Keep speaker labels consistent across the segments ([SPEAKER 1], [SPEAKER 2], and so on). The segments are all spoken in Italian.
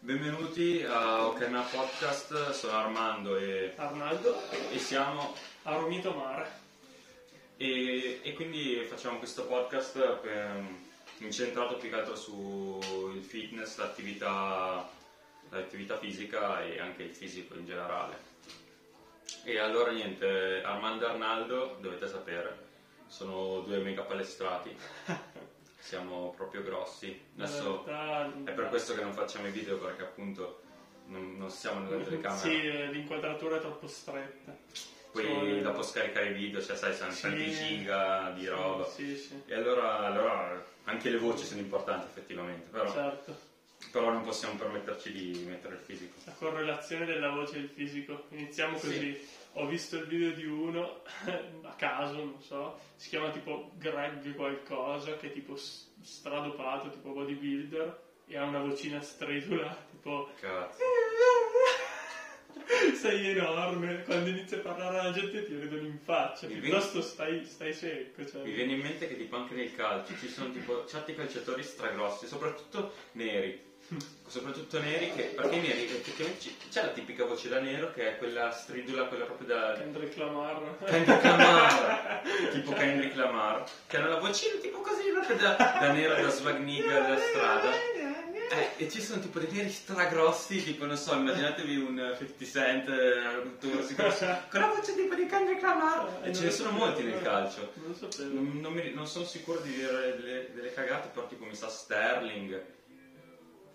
[SPEAKER 1] Benvenuti a Ocarina Podcast, sono Armando e,
[SPEAKER 2] Arnaldo,
[SPEAKER 1] e siamo
[SPEAKER 2] Aromito Mar.
[SPEAKER 1] e, e quindi facciamo questo podcast per- mm, incentrato più che altro sul fitness, l'attività, l'attività fisica e anche il fisico in generale. E allora niente, Armando e Arnaldo, dovete sapere, sono due mega palestrati, siamo proprio grossi. Adesso
[SPEAKER 2] è
[SPEAKER 1] è per questo che non facciamo i video perché appunto non, non siamo nella telecamera.
[SPEAKER 2] Sì, eh, l'inquadratura è troppo stretta.
[SPEAKER 1] Poi
[SPEAKER 2] Cioè,
[SPEAKER 1] dopo scaricare i video, cioè sai, sono
[SPEAKER 2] Sì.
[SPEAKER 1] tanti giga di
[SPEAKER 2] sì,
[SPEAKER 1] roba.
[SPEAKER 2] Sì, sì,
[SPEAKER 1] E allora, allora anche le voci sono importanti effettivamente, però,
[SPEAKER 2] certo.
[SPEAKER 1] però non possiamo permetterci di mettere il fisico.
[SPEAKER 2] La correlazione della voce e del fisico. Iniziamo
[SPEAKER 1] Sì.
[SPEAKER 2] così. Ho visto il video di uno, a caso, non so, si chiama tipo Greg qualcosa, che è tipo s- stradopato, tipo bodybuilder, e ha una vocina stridula, tipo...
[SPEAKER 1] Cazzo.
[SPEAKER 2] Sei enorme, quando inizi a parlare alla gente ti vedono in faccia,
[SPEAKER 1] Mi
[SPEAKER 2] piuttosto stai, stai secco. Cioè.
[SPEAKER 1] Mi viene in mente che tipo anche nel calcio ci sono tipo certi calciatori stragrossi, soprattutto neri. Soprattutto neri che. Perché i neri effettivamente ci- c'è la tipica voce da nero che è quella stridula, quella proprio da,
[SPEAKER 2] Kendrick Lamar.
[SPEAKER 1] Kendrick Lamar, tipo Kendrick Lamar, che hanno la vocina tipo così, proprio da, da nero, da svagniga della strada. Eh, e ci sono tipo dei neri stragrossi, tipo non so, immaginatevi un 50 Cent, eh, tutto così, con con la voce tipo di Kendrick Lamar. E ce ne sono molti nel calcio.
[SPEAKER 2] Non lo sapevo.
[SPEAKER 1] Non, non mi- non sono sicuro di dire delle, delle cagate, però tipo mi sa Sterling,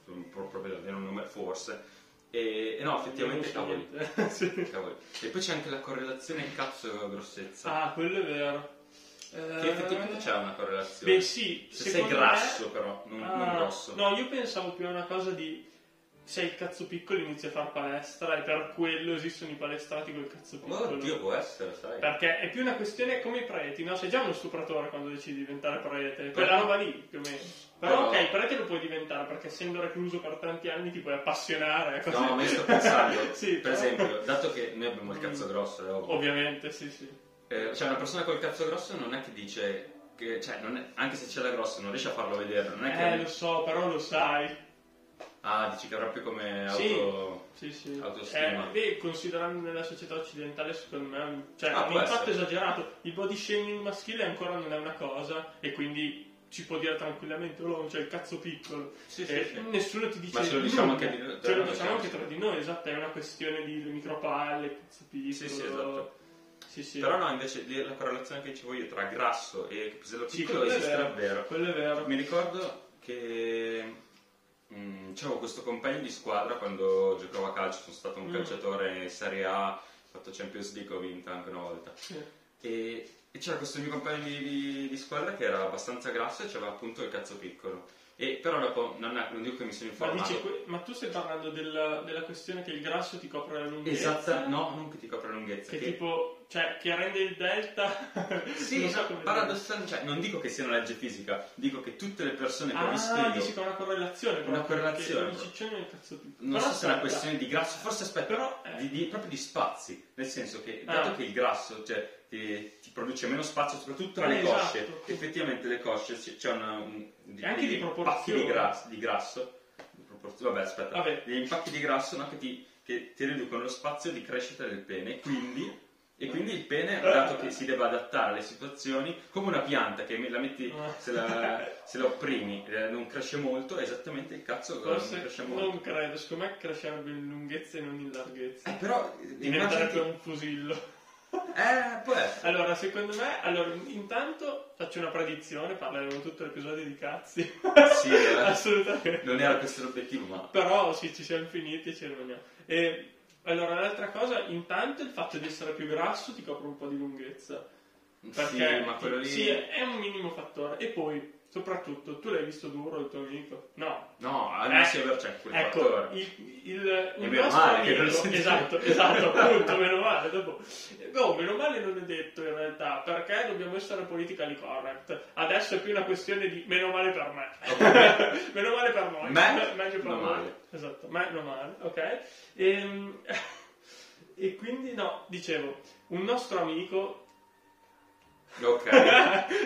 [SPEAKER 1] sono pro- proprio davvero un nome forse. E, e no, effettivamente
[SPEAKER 2] Non so
[SPEAKER 1] cavoli.
[SPEAKER 2] niente. Sì.
[SPEAKER 1] Cavoli. E poi c'è anche la correlazione cazzo-grossezza.
[SPEAKER 2] Ah, quello è vero. Eh,
[SPEAKER 1] Che effettivamente c'è una correlazione.
[SPEAKER 2] Beh, sì.
[SPEAKER 1] Se sei
[SPEAKER 2] secondo me-
[SPEAKER 1] grasso, però, non, non
[SPEAKER 2] Ah,
[SPEAKER 1] grosso.
[SPEAKER 2] No, io pensavo più a una cosa di. Sei il cazzo piccolo e inizi a fare palestra, e per quello esistono i palestrati col cazzo
[SPEAKER 1] Oh,
[SPEAKER 2] piccolo.
[SPEAKER 1] oddio, può essere, sai.
[SPEAKER 2] Perché è più una questione come i preti, no? Sei già uno stupratore quando decidi di diventare prete, quella
[SPEAKER 1] Però-
[SPEAKER 2] roba lì più o meno.
[SPEAKER 1] Però-
[SPEAKER 2] Però, ok, prete lo puoi diventare perché essendo recluso per tanti anni ti puoi appassionare a cose.
[SPEAKER 1] No, ma io sto pensando,
[SPEAKER 2] Sì,
[SPEAKER 1] per
[SPEAKER 2] però- Mm.
[SPEAKER 1] esempio, dato che noi abbiamo il cazzo grosso, è ovvio.
[SPEAKER 2] Ovviamente, sì, sì.
[SPEAKER 1] Eh, cioè una persona col cazzo grosso non è che dice, che- cioè, non è- anche se ce l'ha grosso non riesce a farlo vedere, non è
[SPEAKER 2] Eh,
[SPEAKER 1] che...
[SPEAKER 2] lo so, però lo sai.
[SPEAKER 1] Ah, dici che è proprio come auto...
[SPEAKER 2] Sì. Sì, sì.
[SPEAKER 1] Autostima.
[SPEAKER 2] Eh, beh, considerando nella società occidentale, secondo me, cioè,
[SPEAKER 1] Ah,
[SPEAKER 2] ha un
[SPEAKER 1] può
[SPEAKER 2] impatto
[SPEAKER 1] essere.
[SPEAKER 2] esagerato. Il body shaming maschile ancora non è una cosa, e quindi ci può dire tranquillamente, oh, non c'è il cazzo piccolo.
[SPEAKER 1] Sì,
[SPEAKER 2] E
[SPEAKER 1] sì, sì.
[SPEAKER 2] nessuno ti dice
[SPEAKER 1] Ma ce lo diciamo anche
[SPEAKER 2] nulla.
[SPEAKER 1] di-
[SPEAKER 2] Ce lo
[SPEAKER 1] tra-
[SPEAKER 2] diciamo anche
[SPEAKER 1] sì.
[SPEAKER 2] tra di noi, esatto, è una questione di micropalle, cazzo piccolo.
[SPEAKER 1] Sì, sì, esatto.
[SPEAKER 2] Sì, sì.
[SPEAKER 1] Però no, invece lì la correlazione che dicevo io tra grasso e pisello
[SPEAKER 2] Sì,
[SPEAKER 1] piccolo
[SPEAKER 2] quello è
[SPEAKER 1] esiste
[SPEAKER 2] vero.
[SPEAKER 1] davvero.
[SPEAKER 2] Quello è vero.
[SPEAKER 1] Mi ricordo che mm, c'avevo questo compagno di squadra quando giocavo a calcio, sono stato un
[SPEAKER 2] Mm.
[SPEAKER 1] calciatore Serie A, ho fatto Champions League, ho vinto anche una volta.
[SPEAKER 2] Sì.
[SPEAKER 1] E, e c'era questo mio compagno di, di- di squadra che era abbastanza grasso e aveva appunto il cazzo piccolo. E, però dopo non, è- non dico che mi sono
[SPEAKER 2] Ma,
[SPEAKER 1] informato.
[SPEAKER 2] dici que- ma tu stai parlando della, della questione che il grasso ti copre la lunghezza?
[SPEAKER 1] Esatta, Esatto, no, non che ti copre la lunghezza.
[SPEAKER 2] Che
[SPEAKER 1] che-
[SPEAKER 2] tipo, cioè, che rende il delta...
[SPEAKER 1] Sì, no,
[SPEAKER 2] non so esatto, come
[SPEAKER 1] paradossalmente, cioè, non dico che sia una legge fisica, dico che tutte le persone
[SPEAKER 2] dire.
[SPEAKER 1] che ho visto
[SPEAKER 2] Ah,
[SPEAKER 1] io
[SPEAKER 2] dici che è una correlazione.
[SPEAKER 1] Una
[SPEAKER 2] proprio,
[SPEAKER 1] correlazione,
[SPEAKER 2] perché il
[SPEAKER 1] proprio.
[SPEAKER 2] ciccione "Cioè, è il cazzo piccolo.
[SPEAKER 1] Non
[SPEAKER 2] Però
[SPEAKER 1] so se è una
[SPEAKER 2] aspetta,
[SPEAKER 1] questione di grasso, forse aspetta,
[SPEAKER 2] Però, eh.
[SPEAKER 1] di, di- proprio di spazi, nel senso che
[SPEAKER 2] Ah.
[SPEAKER 1] dato che il grasso cioè, ti, ti produce meno spazio, soprattutto tra le
[SPEAKER 2] Eh,
[SPEAKER 1] cosce,
[SPEAKER 2] esatto.
[SPEAKER 1] effettivamente le cosce c'è, c'è una, un,
[SPEAKER 2] E anche di
[SPEAKER 1] degli impacchi
[SPEAKER 2] proporzione.
[SPEAKER 1] di grasso, di grasso di proporzione- vabbè aspetta,
[SPEAKER 2] Vabbè.
[SPEAKER 1] degli impacchi di grasso no, che, ti, che ti riducono lo spazio di crescita del pene, quindi... E quindi il pene, dato che si deve adattare alle situazioni, come una pianta che la metti,
[SPEAKER 2] Ah.
[SPEAKER 1] se la, se la opprimi, eh, non cresce molto, è esattamente il cazzo che non
[SPEAKER 2] Forse
[SPEAKER 1] cresce molto.
[SPEAKER 2] non credo, secondo me crescerebbe in lunghezza e non in larghezza.
[SPEAKER 1] Eh, però eh,
[SPEAKER 2] Diventerebbe
[SPEAKER 1] immaginati-
[SPEAKER 2] un fusillo.
[SPEAKER 1] Eh, può essere.
[SPEAKER 2] Allora, secondo me, allora, intanto faccio una predizione, parleremo tutto l'episodio di cazzi.
[SPEAKER 1] Sì, eh,
[SPEAKER 2] Assolutamente.
[SPEAKER 1] non era questo l'obiettivo, ma.
[SPEAKER 2] Però sì, ci siamo finiti e ci rimaniamo. E allora, l'altra cosa, intanto il fatto di essere più grasso ti copre un po' di lunghezza. Perché
[SPEAKER 1] Sì, ma quello lì.
[SPEAKER 2] sì, è un minimo fattore. E poi, soprattutto, tu l'hai visto duro il tuo amico? No.
[SPEAKER 1] No, almeno
[SPEAKER 2] Eh,
[SPEAKER 1] si aveva c'è quel
[SPEAKER 2] ecco,
[SPEAKER 1] fattore.
[SPEAKER 2] il, il, un
[SPEAKER 1] meno
[SPEAKER 2] nostro
[SPEAKER 1] male che
[SPEAKER 2] amico,
[SPEAKER 1] non lo sentivo.
[SPEAKER 2] esatto, esatto, appunto, meno male. Dopo. No, meno male non è detto in realtà, perché dobbiamo essere politically correct. Adesso è più una questione di meno male per me. meno male per noi.
[SPEAKER 1] Me?
[SPEAKER 2] Me- meglio per
[SPEAKER 1] No
[SPEAKER 2] voi.
[SPEAKER 1] male.
[SPEAKER 2] Esatto, meno male, ok? Ehm, E, quindi, no, dicevo, un nostro amico,
[SPEAKER 1] Ok.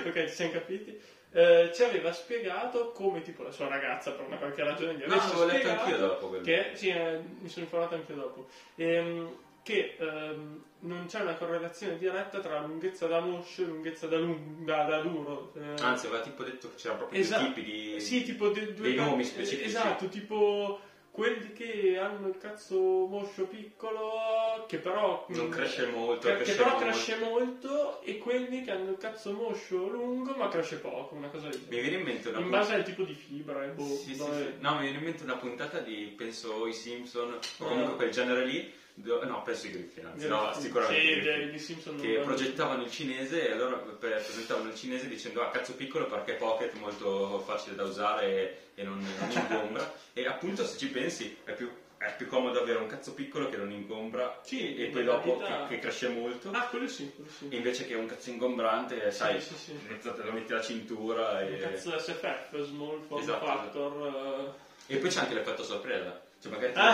[SPEAKER 2] ok, ci siamo capiti, eh, ci aveva spiegato come tipo la sua ragazza per una qualche ragione gli
[SPEAKER 1] No,
[SPEAKER 2] avesse
[SPEAKER 1] l'avevo letto
[SPEAKER 2] spiegato
[SPEAKER 1] anch'io dopo quello.
[SPEAKER 2] che sì, eh, mi sono informato anche dopo Ehm, che ehm, non c'è una correlazione diretta tra lunghezza da moscio e lunghezza da, lung- da- da duro eh.
[SPEAKER 1] Anzi, aveva tipo detto che c'erano proprio
[SPEAKER 2] Esatto.
[SPEAKER 1] due tipi di...
[SPEAKER 2] Sì, tipo de- due
[SPEAKER 1] dei
[SPEAKER 2] ca-
[SPEAKER 1] nomi specifici.
[SPEAKER 2] Esatto, tipo quelli che hanno il cazzo moscio piccolo, che però
[SPEAKER 1] Non
[SPEAKER 2] mh,
[SPEAKER 1] cresce molto,
[SPEAKER 2] che, che
[SPEAKER 1] cresce
[SPEAKER 2] però
[SPEAKER 1] molto.
[SPEAKER 2] cresce molto, e quelli che hanno il cazzo moscio lungo ma cresce poco, una cosa del
[SPEAKER 1] Mi
[SPEAKER 2] genere.
[SPEAKER 1] viene in mente una
[SPEAKER 2] In
[SPEAKER 1] puntata...
[SPEAKER 2] base al tipo di fibra, eh, boh,
[SPEAKER 1] Sì, sì,
[SPEAKER 2] vabbè.
[SPEAKER 1] sì. No, mi viene in mente una puntata di, penso, i Simpson, o
[SPEAKER 2] Ah.
[SPEAKER 1] comunque quel genere lì. do- No, penso i Griffin, anzi, no, sicuramente i
[SPEAKER 2] Sì,
[SPEAKER 1] Griffin.
[SPEAKER 2] dei- di Simpson
[SPEAKER 1] che
[SPEAKER 2] non-
[SPEAKER 1] progettavano il cinese e allora pre- presentavano il cinese dicendo ah cazzo piccolo perché è pocket molto facile da usare e, e non, non ingombra e appunto se ci pensi è più, è più comodo avere un cazzo piccolo che non ingombra
[SPEAKER 2] Sì,
[SPEAKER 1] e poi
[SPEAKER 2] nella
[SPEAKER 1] dopo
[SPEAKER 2] vita-
[SPEAKER 1] che, che cresce molto
[SPEAKER 2] Ah, quello sì, quello sì.
[SPEAKER 1] invece che un cazzo ingombrante sai
[SPEAKER 2] sì, sì.
[SPEAKER 1] mezzo te lo metti la cintura
[SPEAKER 2] Un
[SPEAKER 1] e,
[SPEAKER 2] cazzo SFF, Small Form
[SPEAKER 1] Esatto,
[SPEAKER 2] Factor. eh,
[SPEAKER 1] e poi c'è anche l'effetto sorpresa cioè magari ti
[SPEAKER 2] Ah.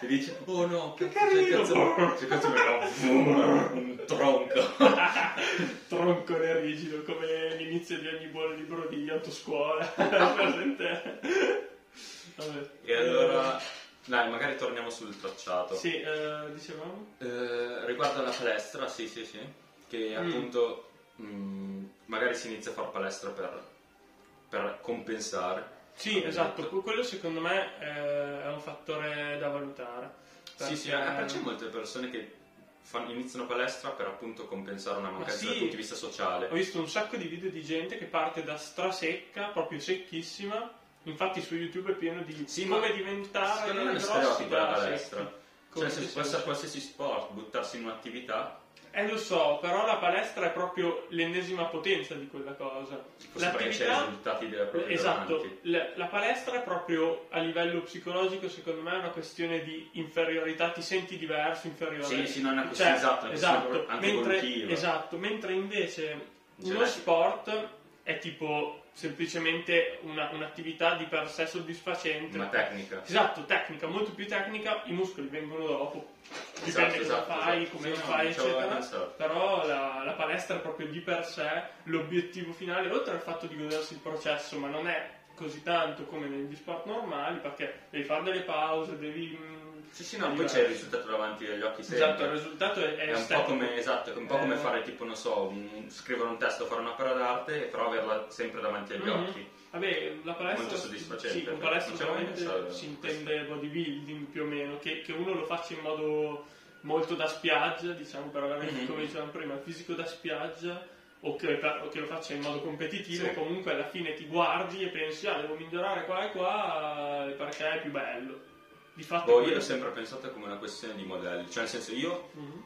[SPEAKER 1] vedi e dici oh no
[SPEAKER 2] Che
[SPEAKER 1] cazzo, c'è il
[SPEAKER 2] carino.
[SPEAKER 1] cazzo c'è il cazzo vero, un tronco
[SPEAKER 2] troncone rigido come l'inizio di ogni buon libro di autoscuola presente Vabbè.
[SPEAKER 1] E allora, dai, magari torniamo sul tracciato.
[SPEAKER 2] Eh, sì eh, dicevamo
[SPEAKER 1] Eh, riguardo alla palestra, sì, sì, sì, che
[SPEAKER 2] Mm.
[SPEAKER 1] appunto mh, magari si inizia a fare palestra per, per compensare.
[SPEAKER 2] sì esatto
[SPEAKER 1] certo.
[SPEAKER 2] que- quello secondo me eh, è un fattore da valutare
[SPEAKER 1] Sì, sì,
[SPEAKER 2] Perché-
[SPEAKER 1] anche perché c'è molte persone che fanno- iniziano palestra per appunto compensare una mancanza
[SPEAKER 2] sì.
[SPEAKER 1] dal punto di vista sociale.
[SPEAKER 2] Ho visto un sacco di video di gente che parte da strasecca, proprio secchissima. Infatti su YouTube è pieno di
[SPEAKER 1] Sì, ma
[SPEAKER 2] come diventare
[SPEAKER 1] secondo me è uno
[SPEAKER 2] grossi
[SPEAKER 1] stereotipo
[SPEAKER 2] da
[SPEAKER 1] della
[SPEAKER 2] secchi.
[SPEAKER 1] palestra. Cioè,
[SPEAKER 2] Come
[SPEAKER 1] nel senso,
[SPEAKER 2] se
[SPEAKER 1] può
[SPEAKER 2] fosse-
[SPEAKER 1] essere qualsiasi sport, buttarsi in un'attività,
[SPEAKER 2] Eh lo so, però la palestra è proprio l'ennesima potenza di quella cosa.
[SPEAKER 1] tipo sapere che c'è i risultati della propria
[SPEAKER 2] esatto,
[SPEAKER 1] davanti.
[SPEAKER 2] la, la palestra è proprio a livello psicologico, secondo me, è una questione di inferiorità, ti senti diverso, inferiore.
[SPEAKER 1] Sì, sì, non è una
[SPEAKER 2] Cioè,
[SPEAKER 1] questione esatto, è una questione
[SPEAKER 2] esatto,
[SPEAKER 1] anche
[SPEAKER 2] mentre,
[SPEAKER 1] evolutiva.
[SPEAKER 2] esatto, mentre invece uno
[SPEAKER 1] Genetica.
[SPEAKER 2] sport è tipo semplicemente una- un'attività di per sé soddisfacente.
[SPEAKER 1] una tecnica.
[SPEAKER 2] Esatto, tecnica, molto più tecnica, i muscoli vengono dopo, dipende
[SPEAKER 1] Esatto,
[SPEAKER 2] cosa
[SPEAKER 1] esatto,
[SPEAKER 2] fai,
[SPEAKER 1] esatto.
[SPEAKER 2] come
[SPEAKER 1] Sì,
[SPEAKER 2] lo
[SPEAKER 1] no,
[SPEAKER 2] fai,
[SPEAKER 1] non ci avevo
[SPEAKER 2] eccetera.
[SPEAKER 1] pensato.
[SPEAKER 2] Però la, la palestra è proprio di per sé l'obiettivo finale, oltre al fatto di godersi il processo, ma non è così tanto come negli sport normali, perché devi fare delle pause, devi... mm,
[SPEAKER 1] Sì, sì, no, poi c'è il risultato davanti agli occhi sempre.
[SPEAKER 2] Esatto, il risultato è, è
[SPEAKER 1] È un po'
[SPEAKER 2] estetico.
[SPEAKER 1] come, esatto, è un po' come
[SPEAKER 2] Eh.
[SPEAKER 1] fare tipo, non so, un- scrivere un testo, fare un'opera d'arte, però averla sempre davanti agli
[SPEAKER 2] Mhm.
[SPEAKER 1] occhi.
[SPEAKER 2] Vabbè, la palestra,
[SPEAKER 1] Molto soddisfacente,
[SPEAKER 2] sì, con
[SPEAKER 1] perché
[SPEAKER 2] palestra
[SPEAKER 1] non ci avevo
[SPEAKER 2] veramente
[SPEAKER 1] pensato,
[SPEAKER 2] si
[SPEAKER 1] questo.
[SPEAKER 2] intende bodybuilding più o meno, che, che uno lo faccia in modo molto da spiaggia, diciamo per avere,
[SPEAKER 1] Mhm.
[SPEAKER 2] come dicevamo prima, il fisico da spiaggia, o che, o che lo faccia in modo competitivo,
[SPEAKER 1] Sì.
[SPEAKER 2] comunque alla fine ti guardi e pensi, ah, devo migliorare qua e qua eh, perché è più bello. Di fatto...
[SPEAKER 1] Boh,
[SPEAKER 2] quello-
[SPEAKER 1] io l'ho sempre pensato come una questione di modelli, cioè nel senso io
[SPEAKER 2] Mhm.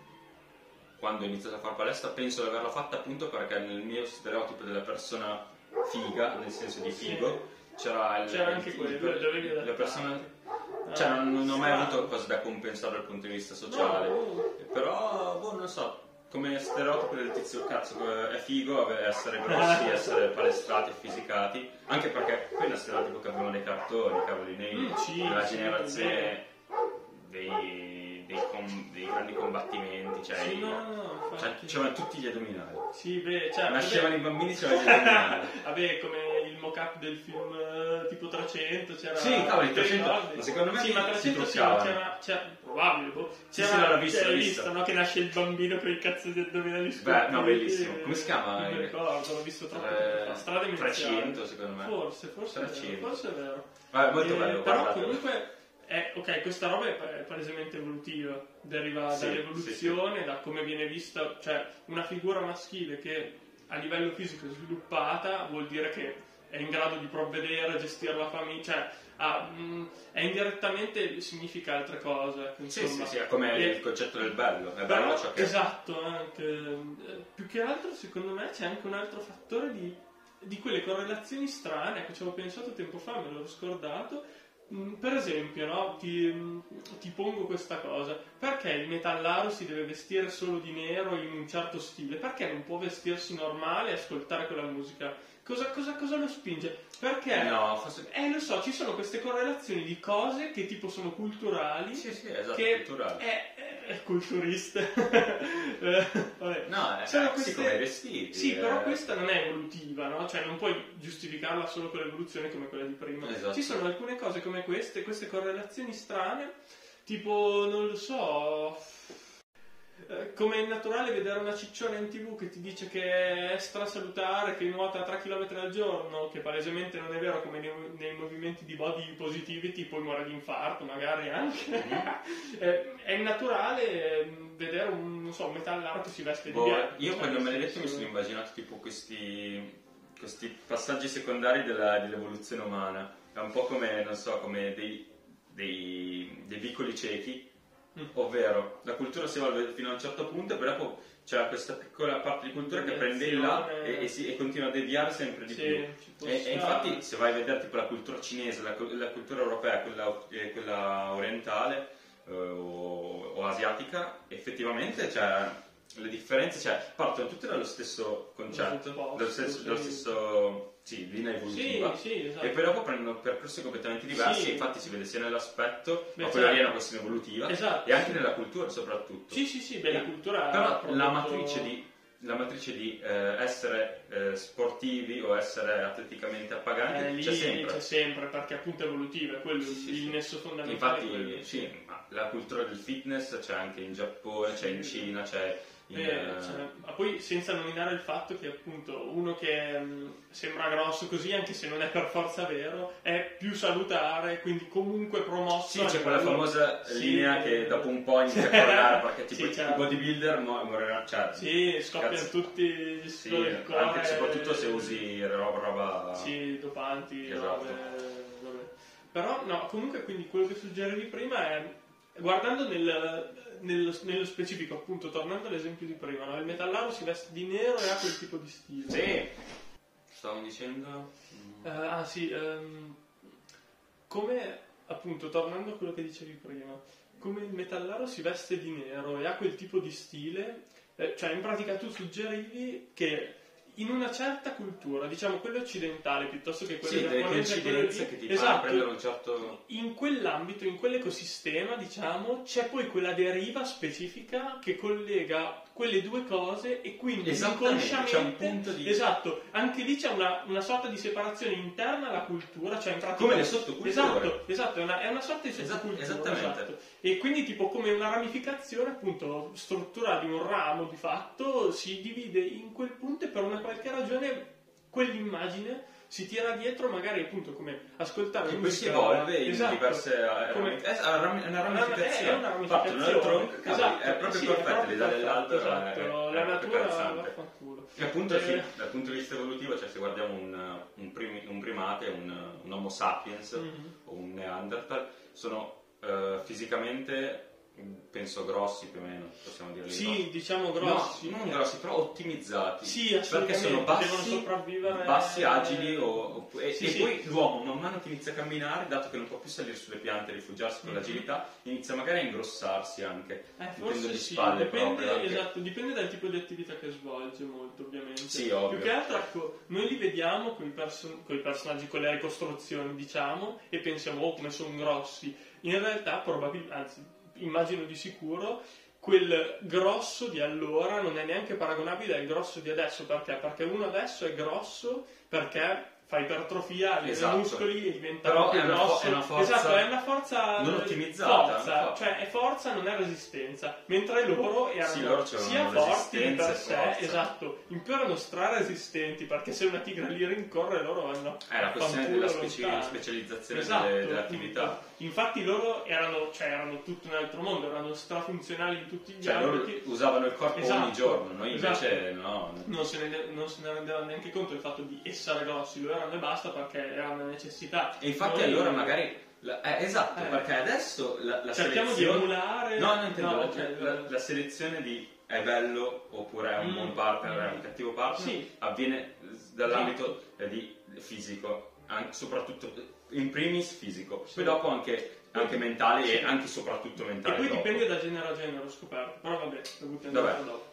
[SPEAKER 1] quando ho iniziato a fare palestra penso di averla fatta appunto perché nel mio stereotipo della persona figa, nel senso di
[SPEAKER 2] Sì.
[SPEAKER 1] figo, c'era, il-
[SPEAKER 2] C'era anche
[SPEAKER 1] il-
[SPEAKER 2] quello, dovevi
[SPEAKER 1] la
[SPEAKER 2] adattare.
[SPEAKER 1] persona...
[SPEAKER 2] Ah,
[SPEAKER 1] Cioè non, non ho mai
[SPEAKER 2] strano.
[SPEAKER 1] avuto cose da compensare dal punto di vista sociale.
[SPEAKER 2] No.
[SPEAKER 1] Però, boh, non so, come stereotipo del tizio cazzo, eh, è figo ave- essere grossi, essere palestrati, fisicati, anche perché poi è uno stereotipo che avevano dei cartoni, cavoli, nei,
[SPEAKER 2] Mm, sì,
[SPEAKER 1] nella
[SPEAKER 2] sì,
[SPEAKER 1] generazione dei, dei com- dei grandi combattimenti, cioè,
[SPEAKER 2] Sì,
[SPEAKER 1] i-
[SPEAKER 2] no, no, no,
[SPEAKER 1] cioè,
[SPEAKER 2] infatti.
[SPEAKER 1] c'erano tutti gli addominali.
[SPEAKER 2] Sì, beh, cioè,
[SPEAKER 1] Nascevano i bambini, c'erano gli addominali.
[SPEAKER 2] Vabbè, come il mock-up del film eh, tipo 300, c'era...
[SPEAKER 1] Sì, cavoli,
[SPEAKER 2] ti
[SPEAKER 1] 300,
[SPEAKER 2] ricordi?
[SPEAKER 1] ma secondo me
[SPEAKER 2] sì, ma
[SPEAKER 1] si
[SPEAKER 2] 300 sì, ma
[SPEAKER 1] truccavano.
[SPEAKER 2] c'era, c'era... Probabile, boh.
[SPEAKER 1] Sì,
[SPEAKER 2] C'era,
[SPEAKER 1] sì, no, l'ho visto,
[SPEAKER 2] c'era
[SPEAKER 1] l'ho
[SPEAKER 2] visto,
[SPEAKER 1] visto.
[SPEAKER 2] no? Che nasce il bambino con il cazzo di addominali
[SPEAKER 1] Beh, no,
[SPEAKER 2] scoperti,
[SPEAKER 1] bellissimo.
[SPEAKER 2] eh,
[SPEAKER 1] Come si chiama?
[SPEAKER 2] Non mi
[SPEAKER 1] il-
[SPEAKER 2] ricordo, l'ho visto troppo
[SPEAKER 1] eh,
[SPEAKER 2] tempo fa. Strade menziali.
[SPEAKER 1] 300 secondo me.
[SPEAKER 2] Forse, forse, è vero,
[SPEAKER 1] 300.
[SPEAKER 2] forse è vero.
[SPEAKER 1] Vabbè, molto
[SPEAKER 2] Eh,
[SPEAKER 1] bello,
[SPEAKER 2] Però
[SPEAKER 1] guardatelo.
[SPEAKER 2] comunque, è- ok, questa roba è pa- è palesemente evolutiva, deriva
[SPEAKER 1] Sì,
[SPEAKER 2] dall'evoluzione, da come viene vista, cioè una figura maschile che a livello fisico è sviluppata vuol dire che è in grado di provvedere, gestire la famiglia, cioè ha, mm, è indirettamente significa altre cose. ecco,
[SPEAKER 1] Sì, sì,
[SPEAKER 2] insomma.
[SPEAKER 1] sì, è come
[SPEAKER 2] E-
[SPEAKER 1] il concetto del bello. È bello
[SPEAKER 2] però,
[SPEAKER 1] ciò che
[SPEAKER 2] esatto, anche, eh, più che altro secondo me c'è anche un altro fattore di, di quelle correlazioni strane, ecco ci avevo pensato tempo fa, me l'ho scordato, Mm, per esempio no, ti, mm, ti pongo questa cosa, perché il metallaro si deve vestire solo di nero in un certo stile? Perché non può vestirsi normale e ascoltare quella musica? Cosa, cosa- cosa lo spinge? Perché...
[SPEAKER 1] No, forse...
[SPEAKER 2] Eh, lo so, ci sono queste correlazioni di cose che tipo sono culturali
[SPEAKER 1] Sì, sì, esatto,
[SPEAKER 2] che
[SPEAKER 1] culturale.
[SPEAKER 2] è- è- eh, culturiste. Eh, vabbè.
[SPEAKER 1] No, è
[SPEAKER 2] Sono
[SPEAKER 1] sexy
[SPEAKER 2] queste-
[SPEAKER 1] come i vestiti.
[SPEAKER 2] Sì,
[SPEAKER 1] eh.
[SPEAKER 2] però questa non è evolutiva, no? Cioè non puoi giustificarla solo con l'evoluzione come quella di prima.
[SPEAKER 1] Esatto.
[SPEAKER 2] Ci sono alcune cose come queste, queste correlazioni strane, tipo, non lo so, eh, come è naturale vedere una cicciona in tv che ti dice che è strasalutare, che nuota a 3 km al giorno, che palesemente non è vero come nei, nei movimenti di body positivity, poi muore di infarto magari anche.
[SPEAKER 1] Mhm.
[SPEAKER 2] Eh, è naturale eh, vedere un, non so, un metallaro che si veste
[SPEAKER 1] Boh,
[SPEAKER 2] di bianco.
[SPEAKER 1] io
[SPEAKER 2] cioè,
[SPEAKER 1] quando me l'hai
[SPEAKER 2] nel
[SPEAKER 1] detto mi
[SPEAKER 2] senso-
[SPEAKER 1] sono immaginato tipo questi, questi passaggi secondari della- dell'evoluzione umana. È un po' come, non so, come dei, dei, dei piccoli ciechi,
[SPEAKER 2] Mm.
[SPEAKER 1] ovvero la cultura si evolve fino a un certo punto e poi dopo c'è questa piccola parte di cultura che prende il là e, e si- e continua a deviare sempre di
[SPEAKER 2] Sì,
[SPEAKER 1] più.
[SPEAKER 2] ci può
[SPEAKER 1] E, e
[SPEAKER 2] stare.
[SPEAKER 1] infatti se vai a vedere tipo la cultura cinese, la, cu- la cultura europea, quella, eh, quella orientale eh, o, o asiatica, effettivamente cioè, le differenze cioè, partono tutte dallo stesso concetto,
[SPEAKER 2] Presupposto,
[SPEAKER 1] dallo stesso,
[SPEAKER 2] sì.
[SPEAKER 1] dallo stesso- sì, linea
[SPEAKER 2] Sì,
[SPEAKER 1] evolutiva.
[SPEAKER 2] sì, esatto.
[SPEAKER 1] E poi dopo prendono percorsi completamente diversi,
[SPEAKER 2] Sì.
[SPEAKER 1] e infatti si vede sia nell'aspetto,
[SPEAKER 2] Beh,
[SPEAKER 1] ma quella lì è
[SPEAKER 2] certo.
[SPEAKER 1] una questione evolutiva,
[SPEAKER 2] Esatto.
[SPEAKER 1] e anche nella cultura soprattutto.
[SPEAKER 2] Sì, sì, sì, beh, la cultura... ha
[SPEAKER 1] Però la
[SPEAKER 2] prodotto-
[SPEAKER 1] matrice di, la matrice di, eh, essere eh, sportivi o essere atleticamente appaganti
[SPEAKER 2] Eh, lì
[SPEAKER 1] c'è sempre.
[SPEAKER 2] c'è sempre, perché appunto è evolutiva, è quello
[SPEAKER 1] Sì, sì,
[SPEAKER 2] il
[SPEAKER 1] sì.
[SPEAKER 2] nesso fondamentale. è quello.
[SPEAKER 1] Infatti, sì, ma la cultura del fitness c'è anche in Giappone, c'è in Cina, c'è in...
[SPEAKER 2] Eh,
[SPEAKER 1] eh,
[SPEAKER 2] cioè, ma poi senza nominare il fatto che appunto uno che mh, sembra grosso così, anche se non è per forza vero, è più salutare, quindi comunque
[SPEAKER 1] Sì,
[SPEAKER 2] promosso.
[SPEAKER 1] c'è
[SPEAKER 2] a
[SPEAKER 1] quella
[SPEAKER 2] livello-
[SPEAKER 1] famosa
[SPEAKER 2] Sì.
[SPEAKER 1] linea che dopo un po' inizia a crollare perché tipo
[SPEAKER 2] Sì,
[SPEAKER 1] i-
[SPEAKER 2] certo.
[SPEAKER 1] i bodybuilder mo- moriranno, cioè,
[SPEAKER 2] Sì, scoppiano
[SPEAKER 1] Cazzo.
[SPEAKER 2] tutti gli
[SPEAKER 1] sì,
[SPEAKER 2] sudori del cuore.
[SPEAKER 1] anche soprattutto se usi roba, roba-
[SPEAKER 2] Sì, dopanti,
[SPEAKER 1] Esatto.
[SPEAKER 2] robe, vabbè. Però no, comunque quindi quello che suggerivi prima è guardando nel- nello, nello specifico, appunto, tornando all'esempio di prima, no? il metallaro si veste di nero e ha quel tipo di stile.
[SPEAKER 1] Sì. Stavo dicendo...
[SPEAKER 2] Eh, ah sì, ehm, come appunto tornando a quello che dicevi prima, come il metallaro si veste di nero e ha quel tipo di stile, eh, cioè in pratica tu suggerivi che in una certa cultura, diciamo quella occidentale piuttosto che quella
[SPEAKER 1] Sì, delle
[SPEAKER 2] giapponese, quella
[SPEAKER 1] coincidenze
[SPEAKER 2] lì-
[SPEAKER 1] che ti fanno
[SPEAKER 2] esatto,
[SPEAKER 1] prendere un certo...
[SPEAKER 2] in quell'ambito, in quell'ecosistema, diciamo, c'è poi quella deriva specifica che collega quelle due cose e quindi
[SPEAKER 1] Esattamente,
[SPEAKER 2] inconsciamente
[SPEAKER 1] c'è un punto di-
[SPEAKER 2] esatto, anche lì c'è una, una sorta di separazione interna alla cultura, cioè in pratica
[SPEAKER 1] Come le sottoculture.
[SPEAKER 2] Esatto, esatto, è una, è una sorta di
[SPEAKER 1] Esatto,
[SPEAKER 2] sottocultura,
[SPEAKER 1] esattamente.
[SPEAKER 2] esatto. E quindi tipo come una ramificazione appunto strutturale di un ramo di fatto si divide in quel punto e per una qualche ragione quell'immagine si tira dietro magari appunto come ascoltare
[SPEAKER 1] Che poi si
[SPEAKER 2] musica
[SPEAKER 1] Cioè, evolve in
[SPEAKER 2] esatto.
[SPEAKER 1] diverse eh,
[SPEAKER 2] Come-
[SPEAKER 1] è una ram- è una ramificazione.
[SPEAKER 2] È una
[SPEAKER 1] Partono
[SPEAKER 2] ramificazione.
[SPEAKER 1] dal tronco, cavoli,
[SPEAKER 2] Esatto,
[SPEAKER 1] è proprio
[SPEAKER 2] sì,
[SPEAKER 1] perfetto,
[SPEAKER 2] proprio
[SPEAKER 1] l'idea dell'albero
[SPEAKER 2] perfetto,
[SPEAKER 1] è-
[SPEAKER 2] esatto.
[SPEAKER 1] è
[SPEAKER 2] la
[SPEAKER 1] proprio
[SPEAKER 2] natura
[SPEAKER 1] calzante.
[SPEAKER 2] vaffanculo.
[SPEAKER 1] E appunto,
[SPEAKER 2] Eh,
[SPEAKER 1] sì, dal punto di vista evolutivo, cioè se guardiamo un, un primi- un primate, un, un Homo sapiens
[SPEAKER 2] Mhm.
[SPEAKER 1] o un Neanderthal, sono eh, fisicamente penso grossi più o meno, possiamo dirli.
[SPEAKER 2] Sì, diciamo
[SPEAKER 1] no?
[SPEAKER 2] grossi.
[SPEAKER 1] No, non grossi, però ottimizzati.
[SPEAKER 2] Sì, assolutamente.
[SPEAKER 1] perché sono
[SPEAKER 2] devono
[SPEAKER 1] bassi,
[SPEAKER 2] sopravvivere. eh,
[SPEAKER 1] bassi, agili o, o- e,
[SPEAKER 2] Sì,
[SPEAKER 1] e
[SPEAKER 2] sì.
[SPEAKER 1] poi l'uomo man mano che inizia a camminare, dato che non può più salire sulle piante e rifugiarsi con
[SPEAKER 2] Mhm.
[SPEAKER 1] l'agilità, inizia magari a ingrossarsi anche.
[SPEAKER 2] Eh,
[SPEAKER 1] dipende
[SPEAKER 2] forse
[SPEAKER 1] di
[SPEAKER 2] sì,
[SPEAKER 1] spalle
[SPEAKER 2] dipende,
[SPEAKER 1] proprio anche.
[SPEAKER 2] esatto, dipende dal tipo di attività che svolge molto ovviamente.
[SPEAKER 1] Sì, ovvio.
[SPEAKER 2] Più che altro, ecco, noi li vediamo con i, perso- coi personaggi, con le ricostruzioni, diciamo, e pensiamo, oh, come sono grossi. In realtà, probabilmente, anzi, immagino di sicuro, quel grosso di allora non è neanche paragonabile al grosso di adesso. Perché? Perché uno adesso è grosso perché fa ipertrofia, i
[SPEAKER 1] Esatto.
[SPEAKER 2] muscoli e diventa
[SPEAKER 1] Però
[SPEAKER 2] più
[SPEAKER 1] è una fo-
[SPEAKER 2] grosso.
[SPEAKER 1] è una forza-
[SPEAKER 2] Esatto, è una forza...
[SPEAKER 1] Non ottimizzata,
[SPEAKER 2] forza,
[SPEAKER 1] è una forza.
[SPEAKER 2] cioè è forza, non è resistenza, mentre loro erano
[SPEAKER 1] Sì, loro c'erano
[SPEAKER 2] sia forti di
[SPEAKER 1] resistenza
[SPEAKER 2] per
[SPEAKER 1] e
[SPEAKER 2] sé,
[SPEAKER 1] forza.
[SPEAKER 2] esatto, in più erano stra resistenti perché se una tigre li rincorre loro vanno
[SPEAKER 1] È la questione
[SPEAKER 2] fanculo
[SPEAKER 1] della speci-
[SPEAKER 2] lontano.
[SPEAKER 1] specializzazione
[SPEAKER 2] Esatto,
[SPEAKER 1] delle, delle attività.
[SPEAKER 2] appunto. Infatti loro erano, cioè, erano tutto un altro mondo, erano strafunzionali in tutti gli
[SPEAKER 1] Cioè, loro
[SPEAKER 2] ambiti.
[SPEAKER 1] usavano il corpo
[SPEAKER 2] Esatto,
[SPEAKER 1] ogni giorno, noi
[SPEAKER 2] esatto.
[SPEAKER 1] invece no.
[SPEAKER 2] Non se, ne, non se ne rendevano neanche conto del fatto di essere grossi, lo erano e basta perché era una necessità.
[SPEAKER 1] E infatti
[SPEAKER 2] Noi-
[SPEAKER 1] allora magari... la- eh, esatto,
[SPEAKER 2] Eh.
[SPEAKER 1] perché adesso la, la
[SPEAKER 2] cerchiamo di
[SPEAKER 1] selezione...
[SPEAKER 2] emulare.
[SPEAKER 1] No, non intendo, la-
[SPEAKER 2] cioè,
[SPEAKER 1] la, la selezione di è bello oppure è un
[SPEAKER 2] Mm.
[SPEAKER 1] buon partner, è un cattivo partner,
[SPEAKER 2] Sì.
[SPEAKER 1] avviene dall'ambito eh, di fisico, an- soprattutto in primis fisico,
[SPEAKER 2] Sì.
[SPEAKER 1] poi dopo anche, anche mentale
[SPEAKER 2] Sì.
[SPEAKER 1] e anche soprattutto
[SPEAKER 2] E
[SPEAKER 1] mentale.
[SPEAKER 2] poi
[SPEAKER 1] dopo.
[SPEAKER 2] dipende da genere a genere, ho scoperto. Però vabbè, lo buttiamo
[SPEAKER 1] Vabbè.
[SPEAKER 2] dopo.